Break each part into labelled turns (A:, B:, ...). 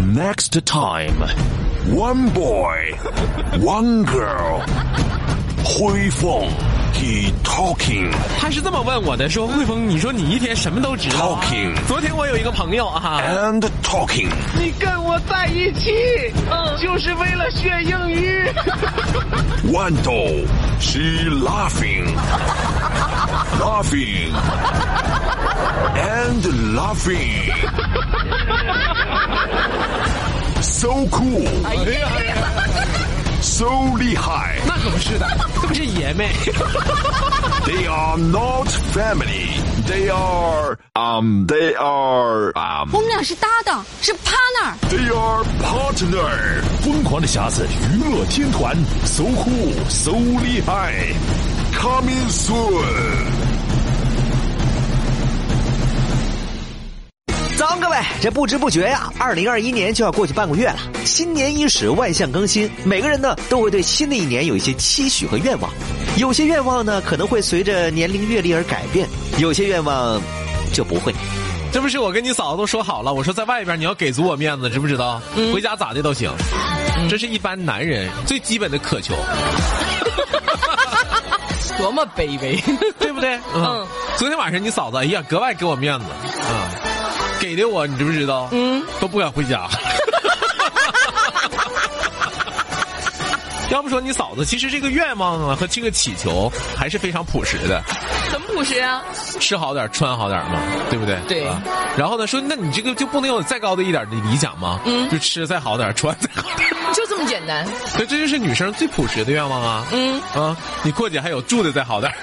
A: Next time, one boy, one girl. Hui Feng, he talking,
B: 他是这么问我的，说汇丰，你说你一天什么都知道啊
A: Talking
B: 昨天我有一个朋友 啊，
A: and talking.
C: 你跟我在一起，就是为了学英语。
A: Wando, she laughing, laughing, and laughing. So cool,
B: 哎呀，
A: so 厉害.
B: 那可不是的，这不是爷 们。
A: They are not family. They are um. They are um.
D: 我们俩是搭档，是 partner。
A: They are partner. 疯狂的匣子娱乐天团，so cool, so 厉害。Coming soon.
E: 糟，各位，这不知不觉呀、2二零二一年就要过去半个月了。新年伊始，万象更新，每个人呢都会对新的一年有一些期许和愿望，有些愿望呢可能会随着年龄阅历而改变，有些愿望就不会。
B: 这不是我跟你嫂子都说好了，我说在外边你要给足我面子，知不知道？
A: 嗯
B: 回家咋的都行，这是一般男人最基本的渴求，
C: 多么卑 微！
B: 对不对？嗯。昨天晚上你嫂子，哎呀，格外给我面子啊、给的我，你知不知道？嗯，都不敢回 家。要不说你嫂子，其实这个愿望啊和这个祈求还是非常朴实的。
C: 很朴实啊，
B: 吃好点儿，穿好点儿嘛，对不对？
C: 对
B: 啊然后呢，说那你这个就不能有再高的一点儿的理想吗？嗯，就吃再好点儿，穿再好点儿。
C: 就这么简单。
B: 所以这就是女生最朴实的愿望啊。
C: 嗯
B: 啊，你过节还有住的再好点儿。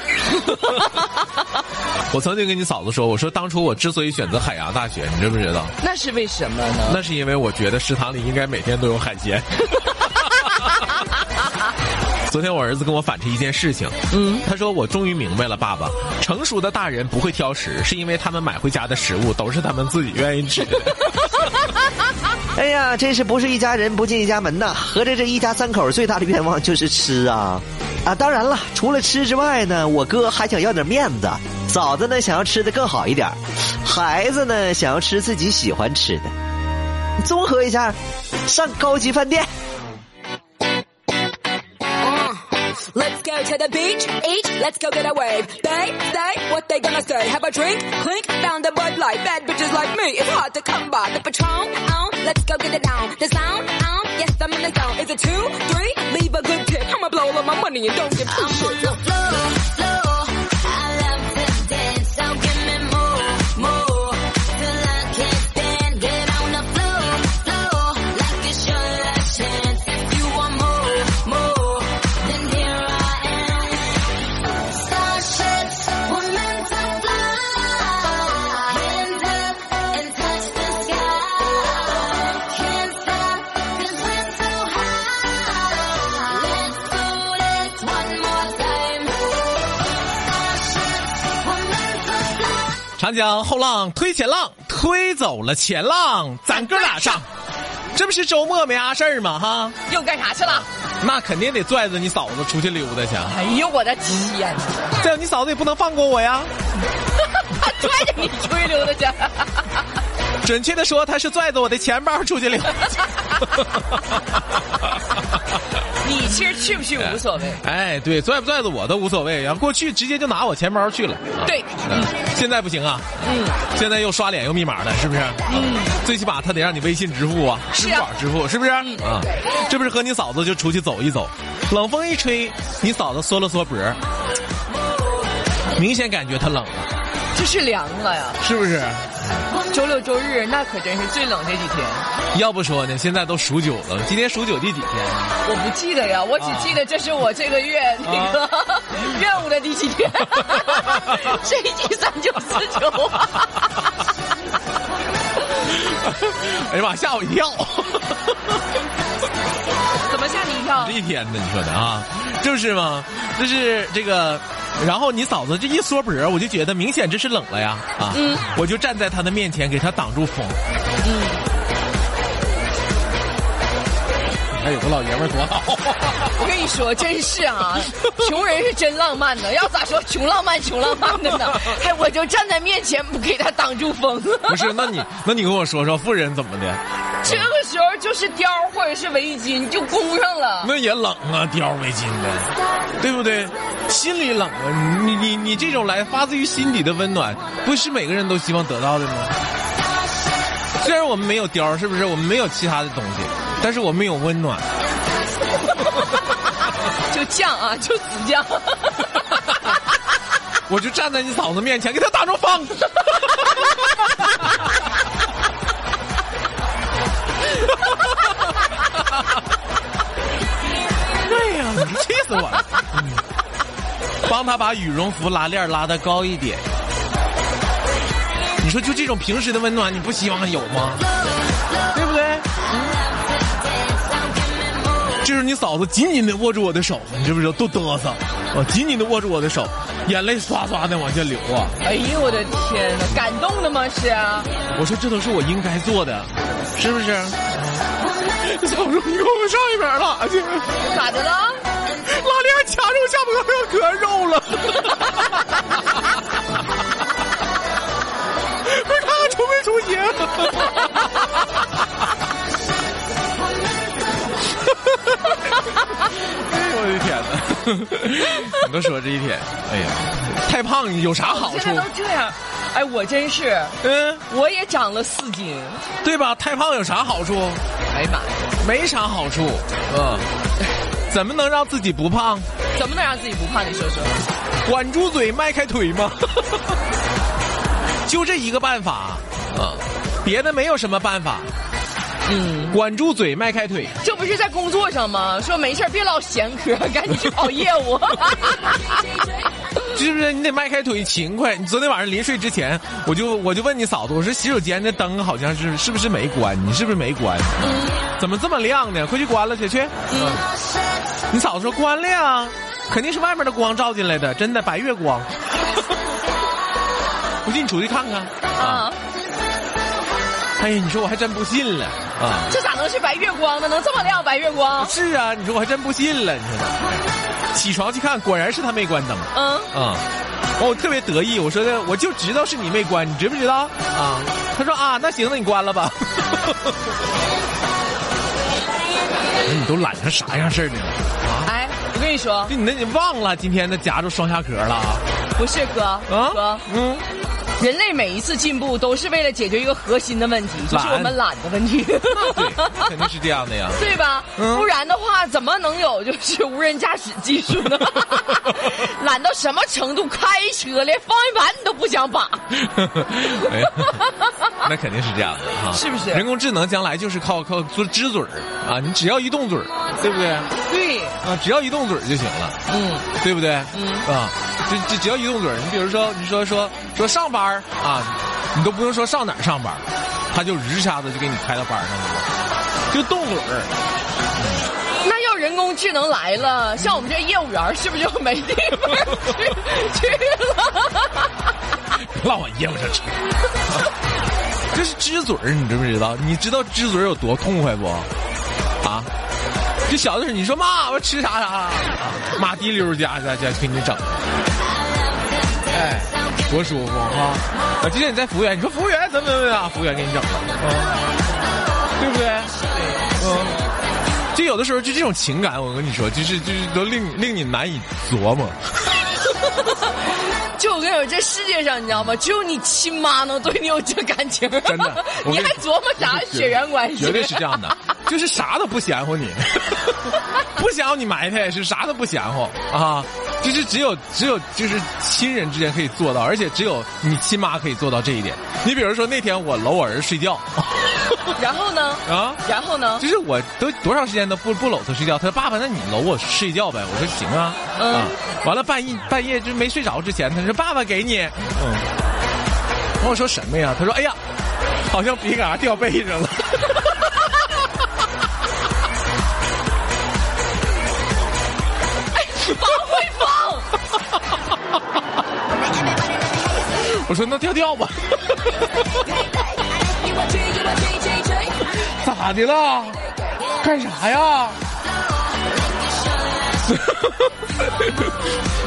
B: 我曾经跟你嫂子说，我说当初我之所以选择海洋大学，你知不知道？
C: 那是为什么呢？
B: 那是因为我觉得食堂里应该每天都有海鲜。 昨天我儿子跟我反馈一件事情，嗯，他说我终于明白了，爸爸，成熟的大人不会挑食，是因为他们买回家的食物都是他们自己愿意吃的。
E: 哎呀，真是不是一家人不进一家门呐！合着这一家三口最大的愿望就是吃啊啊！当然了，除了吃之外呢，我哥还想要点面子，嫂子呢想要吃的更好一点，孩子呢想要吃自己喜欢吃的。综合一下，上高级饭店。
F: Let's go to the beach, eat, let's go get a wave. They say what they gonna say. Have a drink, clink, found a bud light. Bad bitches like me, it's hard to come by. The patron, on, let's go get it down. The sound, on, yes, I'm in the zone. Is it two, three? Leave a good tip. I'ma blow all of my money and don't give two shits.
G: Time.
B: 长江后浪推前浪，推走了前浪，咱哥俩上。这不是周末没啥事儿吗？哈，
C: 又干啥去了？
B: 那肯定得拽着你嫂子出去溜达去。
C: 哎呦我的天！
B: 再有你嫂子也不能放过我呀。
C: 拽 着你出去溜达去。
B: 准确的说，他是拽着我的钱包出去溜达。
C: 你其实去不去无所谓。
B: 哎，对，拽不拽着我都无所谓，然后过去直接就拿我钱包去了。
C: 对，
B: 嗯，现在不行啊，嗯，现在又刷脸又密码了，是不是？嗯，最起码他得让你微信支付啊，支
C: 是
B: 付
C: 啊
B: 宝支付，是不是？啊，这不是和你嫂子就出去走一走，冷风一吹，你嫂子缩了缩脖儿，明显感觉她冷了，
C: 这是凉了呀。
B: 是不是？
C: 周六周日那可真是最冷这几天，
B: 要不说呢，现在都数九了，今天数九第几天？
C: 我不记得呀，我只记得这是我这个月那个、 任务的第几 天，是一七三九四九。
B: 哎呀妈，吓我一跳！
C: 怎么吓你一跳
B: 这？一天呢，你说的啊，就是嘛，就是这个，然后你嫂子这一缩脖儿，我就觉得明显这是冷了呀啊，我就站在她的面前给她挡住风。嗯，哎，有个老爷们儿多好，
C: 我跟你说，真是啊，穷人是真浪漫的。要咋说穷浪漫，穷浪漫 的呢？还我就站在面前不给他挡住风。
B: 不是？那你那你跟我说说富人怎么的？
C: 这个时候就是貂儿或者是围巾，你就箍上了。
B: 那也冷啊，貂围巾的，对不对？心里冷啊，你你你这种来发自于心底的温暖，不是每个人都希望得到的吗？虽然我们没有貂，是不是？我们没有其他的东西，但是我们有温暖。
C: 就犟啊，就死犟。
B: 我就站在你嫂子面前，给她打成方。哎呀，你气死我了！嗯帮她把羽绒服拉链拉的高一点。你说就这种平时的温暖，你不希望有吗？对不对？这时候你嫂子紧紧的握住我的手，你知不知道？都嘚瑟，我紧紧的握住我的手，眼泪唰唰的往下流啊！
C: 哎呦我的天哪，感动的吗？是啊，
B: 我说这都是我应该做的，是 不是？小叔，你给我上一边拉去，拉
C: 咋的了？
B: 链卡住下巴要割肉了。 不是看看出没出血？ 哎呦我的天哪！你都说这一天，哎呀，太胖有啥好处
C: 现？在都这样，哎，我真是，
B: 嗯，
C: 我也长了四斤。
B: 对吧？太胖有啥好处？
C: 哎呀妈呀，
B: 没啥好处。嗯，怎么能让自己不胖？
C: 怎么能让自己不胖？你说说，
B: 管住嘴，迈开腿吗？ 就这一个办法啊、别的没有什么办法。
C: 嗯，
B: 管住嘴，迈开腿。
C: 这不是在工作上吗？说没事儿别唠闲嗑，赶紧去跑业 务。
B: 是不是你得迈开腿勤快？你昨天晚上临睡之前，我就我就问你嫂子，我说洗手间的灯好像是是不是没关？你是不是没关？怎么这么亮呢？快去关了去去。嗯，你嫂子说关了呀，肯定是外面的光照进来的，真的白月光。 不信你出去看看。
C: 啊，
B: 哎呀，你说我还真不信了啊。
C: 这咋能是白月光呢？能这么亮白月光？
B: 是啊，你说我还真不信了，你说呢起床去看，果然是他没关灯。
C: 嗯，
B: 啊、我特别得意，我说的我就知道是你没关，你知不知道？啊，他说啊，那行，那你关了吧。 哎你都懒成啥样事儿呢？
C: 哎，我跟你说，
B: 就你那你忘了今天那夹住双下壳了啊？
C: 不是哥，哥，
B: 嗯，
C: 人类每一次进步都是为了解决一个核心的问题，就是
B: 懒
C: 我们懒的问题。
B: 对，肯定是这样的呀。
C: 对吧？
B: 嗯
C: 不然的话，怎么能有就是无人驾驶技术呢？ 懒到什么程度？开车连方向盘你都不想把。
B: 哎呀，那肯定是这样的哈、
C: 是不是
B: 人工智能将来就是靠靠做支嘴儿啊，你只要一动嘴儿，对不对？
C: 对，
B: 啊，只要一动嘴儿就行了，
C: 嗯，
B: 对不对？
C: 嗯
B: 啊，这这只要一动嘴儿，你比如说你说说说上班儿啊，你都不用说上哪儿上班儿，他就一下子就给你开到班儿上去了。就动嘴儿，
C: 那要人工智能来了，像我们这业务员儿是不是就没地方去去了？
B: 别老往业务上扯。 这是支嘴儿，你知不知道？你知道支嘴儿有多痛快不？啊，这小的时候你说妈，我吃啥啥，啊妈滴溜儿家家家给你整，哎，多舒服啊！啊，今天你在服务员，你说服务员怎么怎么样，服务员给你整了，啊，对不对？嗯。就有的时候就这种情感，我跟你说，就是就是都令令你难以琢磨。
C: 就我跟你说，这世界上你知道吗？只有你亲妈能对你有这感 情，
B: 真 的我跟
C: 你还琢磨啥
B: 绝
C: 血缘关系？
B: 绝对是这 样的，就是啥都不嫌乎你， 不嫌乎你埋汰，是啥都不嫌乎啊。就是只有只有就是亲人之间可以做到，而且只有你亲妈可以做到这一点。你比如说那天我搂我儿子睡觉
C: 然后呢？
B: 啊，
C: 然后呢？
B: 就是我都多长时间都不不搂他睡觉，他说爸爸，那你搂我睡觉呗。我说行啊，
C: 嗯
B: 啊，完了半夜半夜就没睡着之前，他说爸爸给你，嗯，然后我说什么呀？他说哎呀，好像鼻嘎掉背上了。 我说那掉掉吧，咋的了？干啥呀？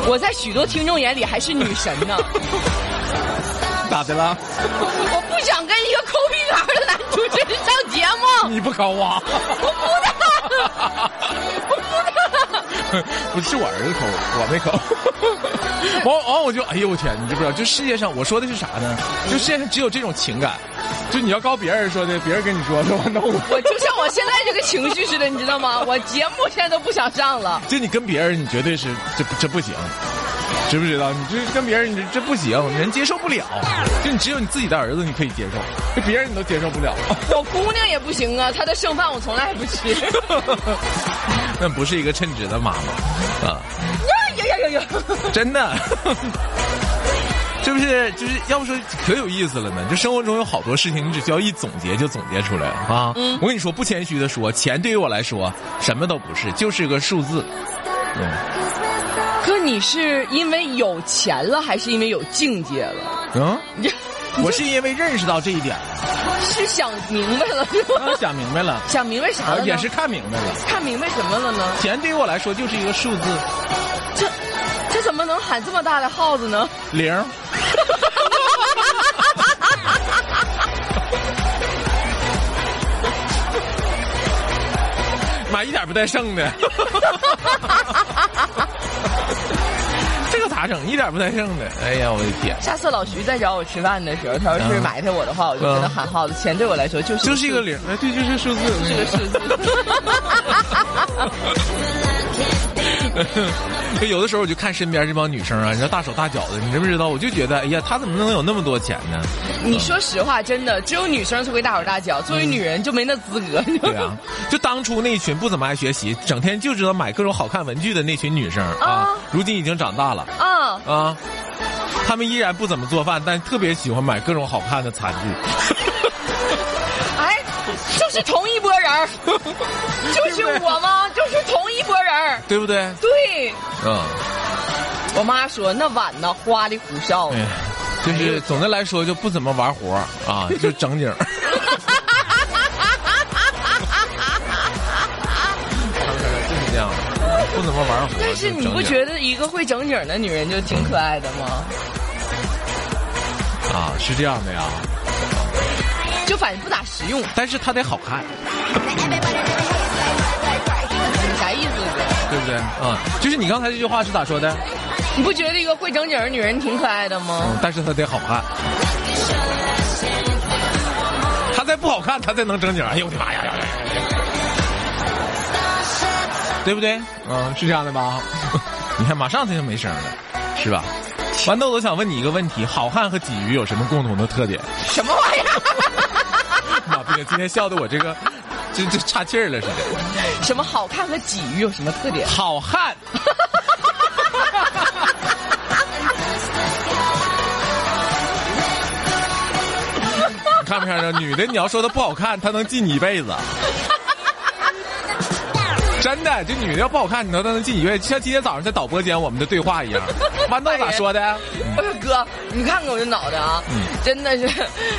C: 我在许多听众眼里还是女神 呢，
B: 咋的了？
C: 我不想跟一个抠鼻梁的男主持人上节目。
B: 你不考我？ 不是我儿子抠，我没抠。完完我就哎呦我天，你知不知道？就世界上我说的是啥呢？就世界上只有这种情感，就你要告别人说的，别人跟你说说 完弄我。
C: 我就像我现在这个情绪似的，你知道吗？我节目现在都不想上了。
B: 就你跟别人，你绝对是这这不行，知不知道？你这跟别人，你这这不行，人接受不了。就你只有你自己的儿子，你可以接受，就别人你都接受不了。
C: 我姑娘也不行啊，她的剩饭我从来不吃。
B: 那不是一个称职的妈妈啊，
C: 呀呀呀呀！
B: 真的。 就是就是要不说可有意思了呢？就生活中有好多事情，你只需要一总结就总结出来了啊！我跟你说，不谦虚的说，钱对于我来说什么都不是，就是个数字。嗯
C: 哥，你是因为有钱了，还是因为有境界了？
B: 嗯，
C: 你这
B: 我是因为认识到这一点了，
C: 是想明白了是吧？
B: 啊想明白了，
C: 想明 白啥
B: 啊
C: 了呢？
B: 也是看明白了，
C: 看明白什么了呢？
B: 钱对于我来说就是一个数字
C: 这这怎么能喊这么大的号子呢？
B: 零。妈一点不带剩 的，这个咋整？一点不带剩的。哎呀，我的天！
C: 下次老徐再找我吃饭的时候，他要是
B: 嗯
C: 埋汰我的话，我就跟他
B: 嗯
C: 喊号子。钱对我来说就是
B: 就是一个零，哎，对，就是数字，嗯
C: 这个数字。
B: 就有的时候我就看身边这帮女生啊，你知道大手大脚的，你知不知道？我就觉得，哎呀，她怎么能有那么多钱呢？
C: 你说实话，真的，只有女生才会大手大脚，作为女人就没那资格。
B: 嗯 对 啊，就当初那一群不怎么爱学习，整天就知道买各种好看文具的那群女生啊
C: 啊，
B: 如今已经长大了
C: 啊，
B: 啊，她们依然不怎么做饭，但特别喜欢买各种好看的餐具。
C: 哎，就是同一拨人儿， 就是我吗？就是同一拨人儿。
B: 对不对？
C: 对
B: 嗯，
C: 我妈说，那碗呢，花里胡哨
B: 哎
C: 的。
B: 呀，就是总的来说就不怎么玩活儿
C: 哎
B: 啊，就整 景儿。就是这样，不怎么玩活儿。
C: 但是你不觉得一个会整景儿的女人就挺可爱的吗？
B: 得啊？是这样的呀，
C: 就反正不咋实用，
B: 但是她得好看。
C: 啥意思？
B: 对不对？啊、就是你刚才这句话是咋说的？
C: 你不觉得一个会整景儿的女人挺可爱的吗？
B: 嗯，但是他得好看，他再不好看，他再能正经。哎呦我的妈呀！呀呀呀呀对不对？嗯，是这样的吧？ 你看，马上他就没声了，是吧？豌豆，我想问你一个问题：好汉和鲫鱼有什么共同的特点？
C: 什么玩意儿？
B: 妈逼，今天笑的我这个，这这岔气儿了似的。
C: 什么好看和鲫鱼有什么特 点？
B: 好汉，你 看没看着？女的你要说她不好看，她能记你一辈子。真的，这女的要不好看，你能她能记你一辈子，像今天早上在导播间我们的对话一样。豌豆咋说的？
C: 我说哎哥，你看看我这脑袋啊，真 的是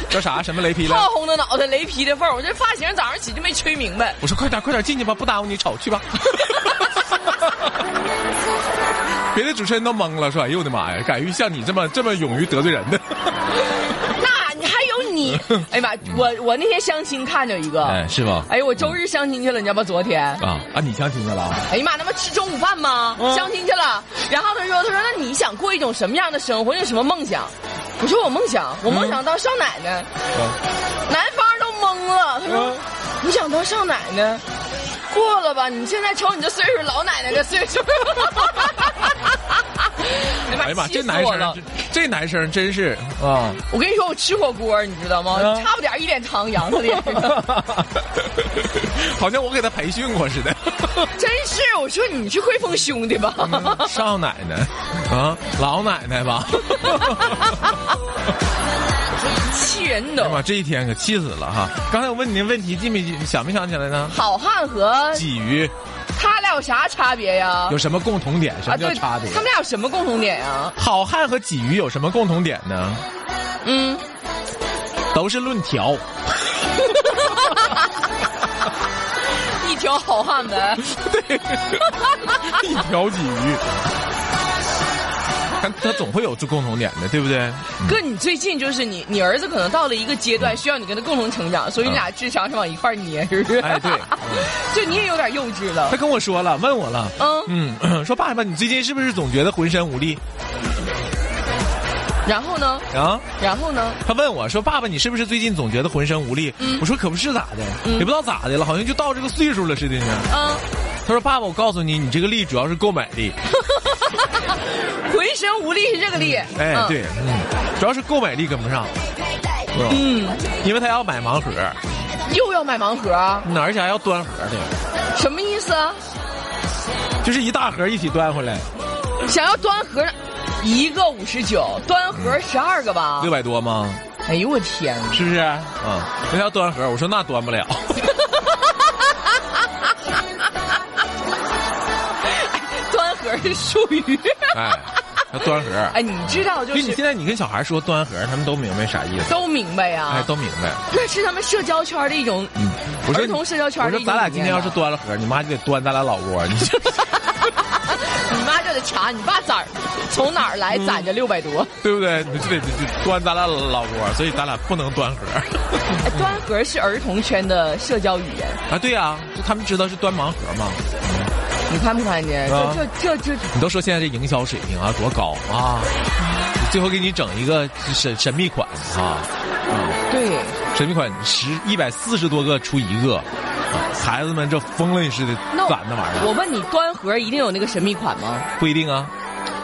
B: 叫啥？什么雷劈
C: 炮
B: 了？
C: 轰的脑袋，雷劈的缝儿。我这发型早上起就没吹明白。
B: 我说快点，快点进去吧，不耽误你瞅去吧。 别的主持人都懵了，说：“哎呦我的妈呀，敢于像你这么这么勇于得罪人的。”
C: 那你还有 你？哎呀妈！我我那天相亲看着一个，
B: 哎，是吗？
C: 哎呦，我周日相亲去了，你知道吗？昨天。
B: 啊啊，你相亲去了啊？
C: 哎呀妈，那不吃中午饭吗？
B: 嗯
C: 相亲去了。然后他说：“他说那你想过一种什么样的生活？你有什么梦想？”我说：“我梦想，
B: 嗯
C: 我梦想当少奶奶。男方都懵了，他说：“
B: 嗯
C: 你想当少奶奶？过了吧？你现在瞅你这岁数，老奶奶这岁 数。
B: 哎
C: 哎
B: 呀妈，
C: 气
B: 这
C: 死
B: 男
C: 我
B: 生
C: 了！
B: 这，这男生真是 啊！
C: 我跟你说，我吃火锅，你知道吗？
B: 嗯
C: 差不点一脸汤扬他 脸上，
B: 好像我给他培训过似的。
C: 真是！我说你去汇丰兄弟吧。
B: 少奶奶啊，老奶奶吧。
C: 气人
B: 哎
C: 都
B: 呀。妈，这一天可气死了哈！刚才我问你那问题，记没记？想没想起来呢？
C: 好汉和
B: 鲫鱼
C: 他俩有啥差别呀
B: 有？什么共同点？什么叫
C: 啊对，
B: 差别
C: 他？们俩有什么共同点呀？
B: 好汉和鲫鱼有什么共同点呢？
C: 嗯，
B: 都是论 条。
C: 一条好汉 呗。
B: 一条鲫鱼。他他总会有这共同点的，对不对？
C: 哥，你最近就是你，你儿子可能到了一个阶段，需要你跟他共同成长，所以你俩智商是往一块儿捏，是不是？
B: 嗯 哎对嗯
C: 就你也有点幼稚了
B: 他。跟我说了，问我了，
C: 嗯
B: 嗯， 说爸爸，你最近是不是总觉得浑身无力
C: 然后呢？
B: 啊？
C: 然后呢？
B: 他问我说：“爸爸，你是不是最近总觉得浑身无力？”我说：“可不是咋的，也不知道咋的了，好像就到这个岁数了似的呢。
C: 嗯，”
B: 他说：“爸爸，我告诉你，你这个力主要是购买力，
C: 浑身无力是这个力。
B: 哎，
C: 嗯
B: 对，，嗯，主要是购买力跟不上，嗯，因为他要买盲盒，嗯
C: 又要买盲盒啊，
B: 哪儿想要端盒的，
C: 什么意思啊？
B: 就是一大盒一起端回来，
C: 想要端盒，一个五十九，端盒十二个吧
B: 六？百多吗？
C: 哎呦我天啊！
B: 啊是不是？啊、人家要端盒，我说那端不 了，
C: 端盒是术语。
B: 哎，要端盒。
C: 哎，你知道就
B: 所以你
C: 是
B: 现在你跟小孩说端盒，他们都明白啥意思，
C: 都明白呀、
B: 哎，都明白。”
C: 那是他们社交圈的一种。
B: 嗯，我说
C: 儿童社交圈
B: 我
C: 儿的
B: 说
C: 一种
B: 咱俩
C: 理
B: 今
C: 念
B: 天要
C: 吧
B: 是端了盒，你妈就得端咱俩老窝。你这
C: 你妈就得查你爸咋儿从哪儿来攒
B: 嗯
C: 着六 百多。
B: 对不对？你就得就就端咱俩老窝，所以咱俩不能端盒
C: 哎端盒是儿童圈的社交语言，
B: 啊。对呀、就他们知道是端盲盒嘛。
C: 你看不看见？
B: 啊
C: 这这这这
B: 你都说现在这营销水平啊多高啊，最后给你整一个神神秘款啊，
C: 对，
B: 神秘款十一百四十多个出一个，啊孩子们这疯了似的
C: 那
B: 攒那玩意
C: 我
B: 儿，
C: 问你，端盒一定有那个神秘款吗？
B: 不一定啊。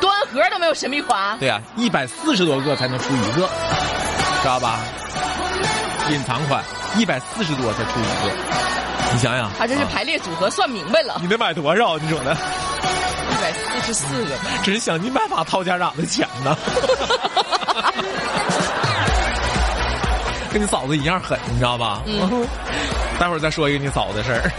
C: 端盒都没有神秘款，
B: 对啊，一百四十多个才能出一个，知道吧？隐藏款一百四十多才出一个，你想想，啊
C: 他这是排列组合算明白了，
B: 你得买多少？你说呢？嗯
C: 一百四十四个。
B: 真是想尽办法掏家长的钱呢。 跟你嫂子一样狠，你知道吧？嗯。待会儿再说一个你嫂子的事儿。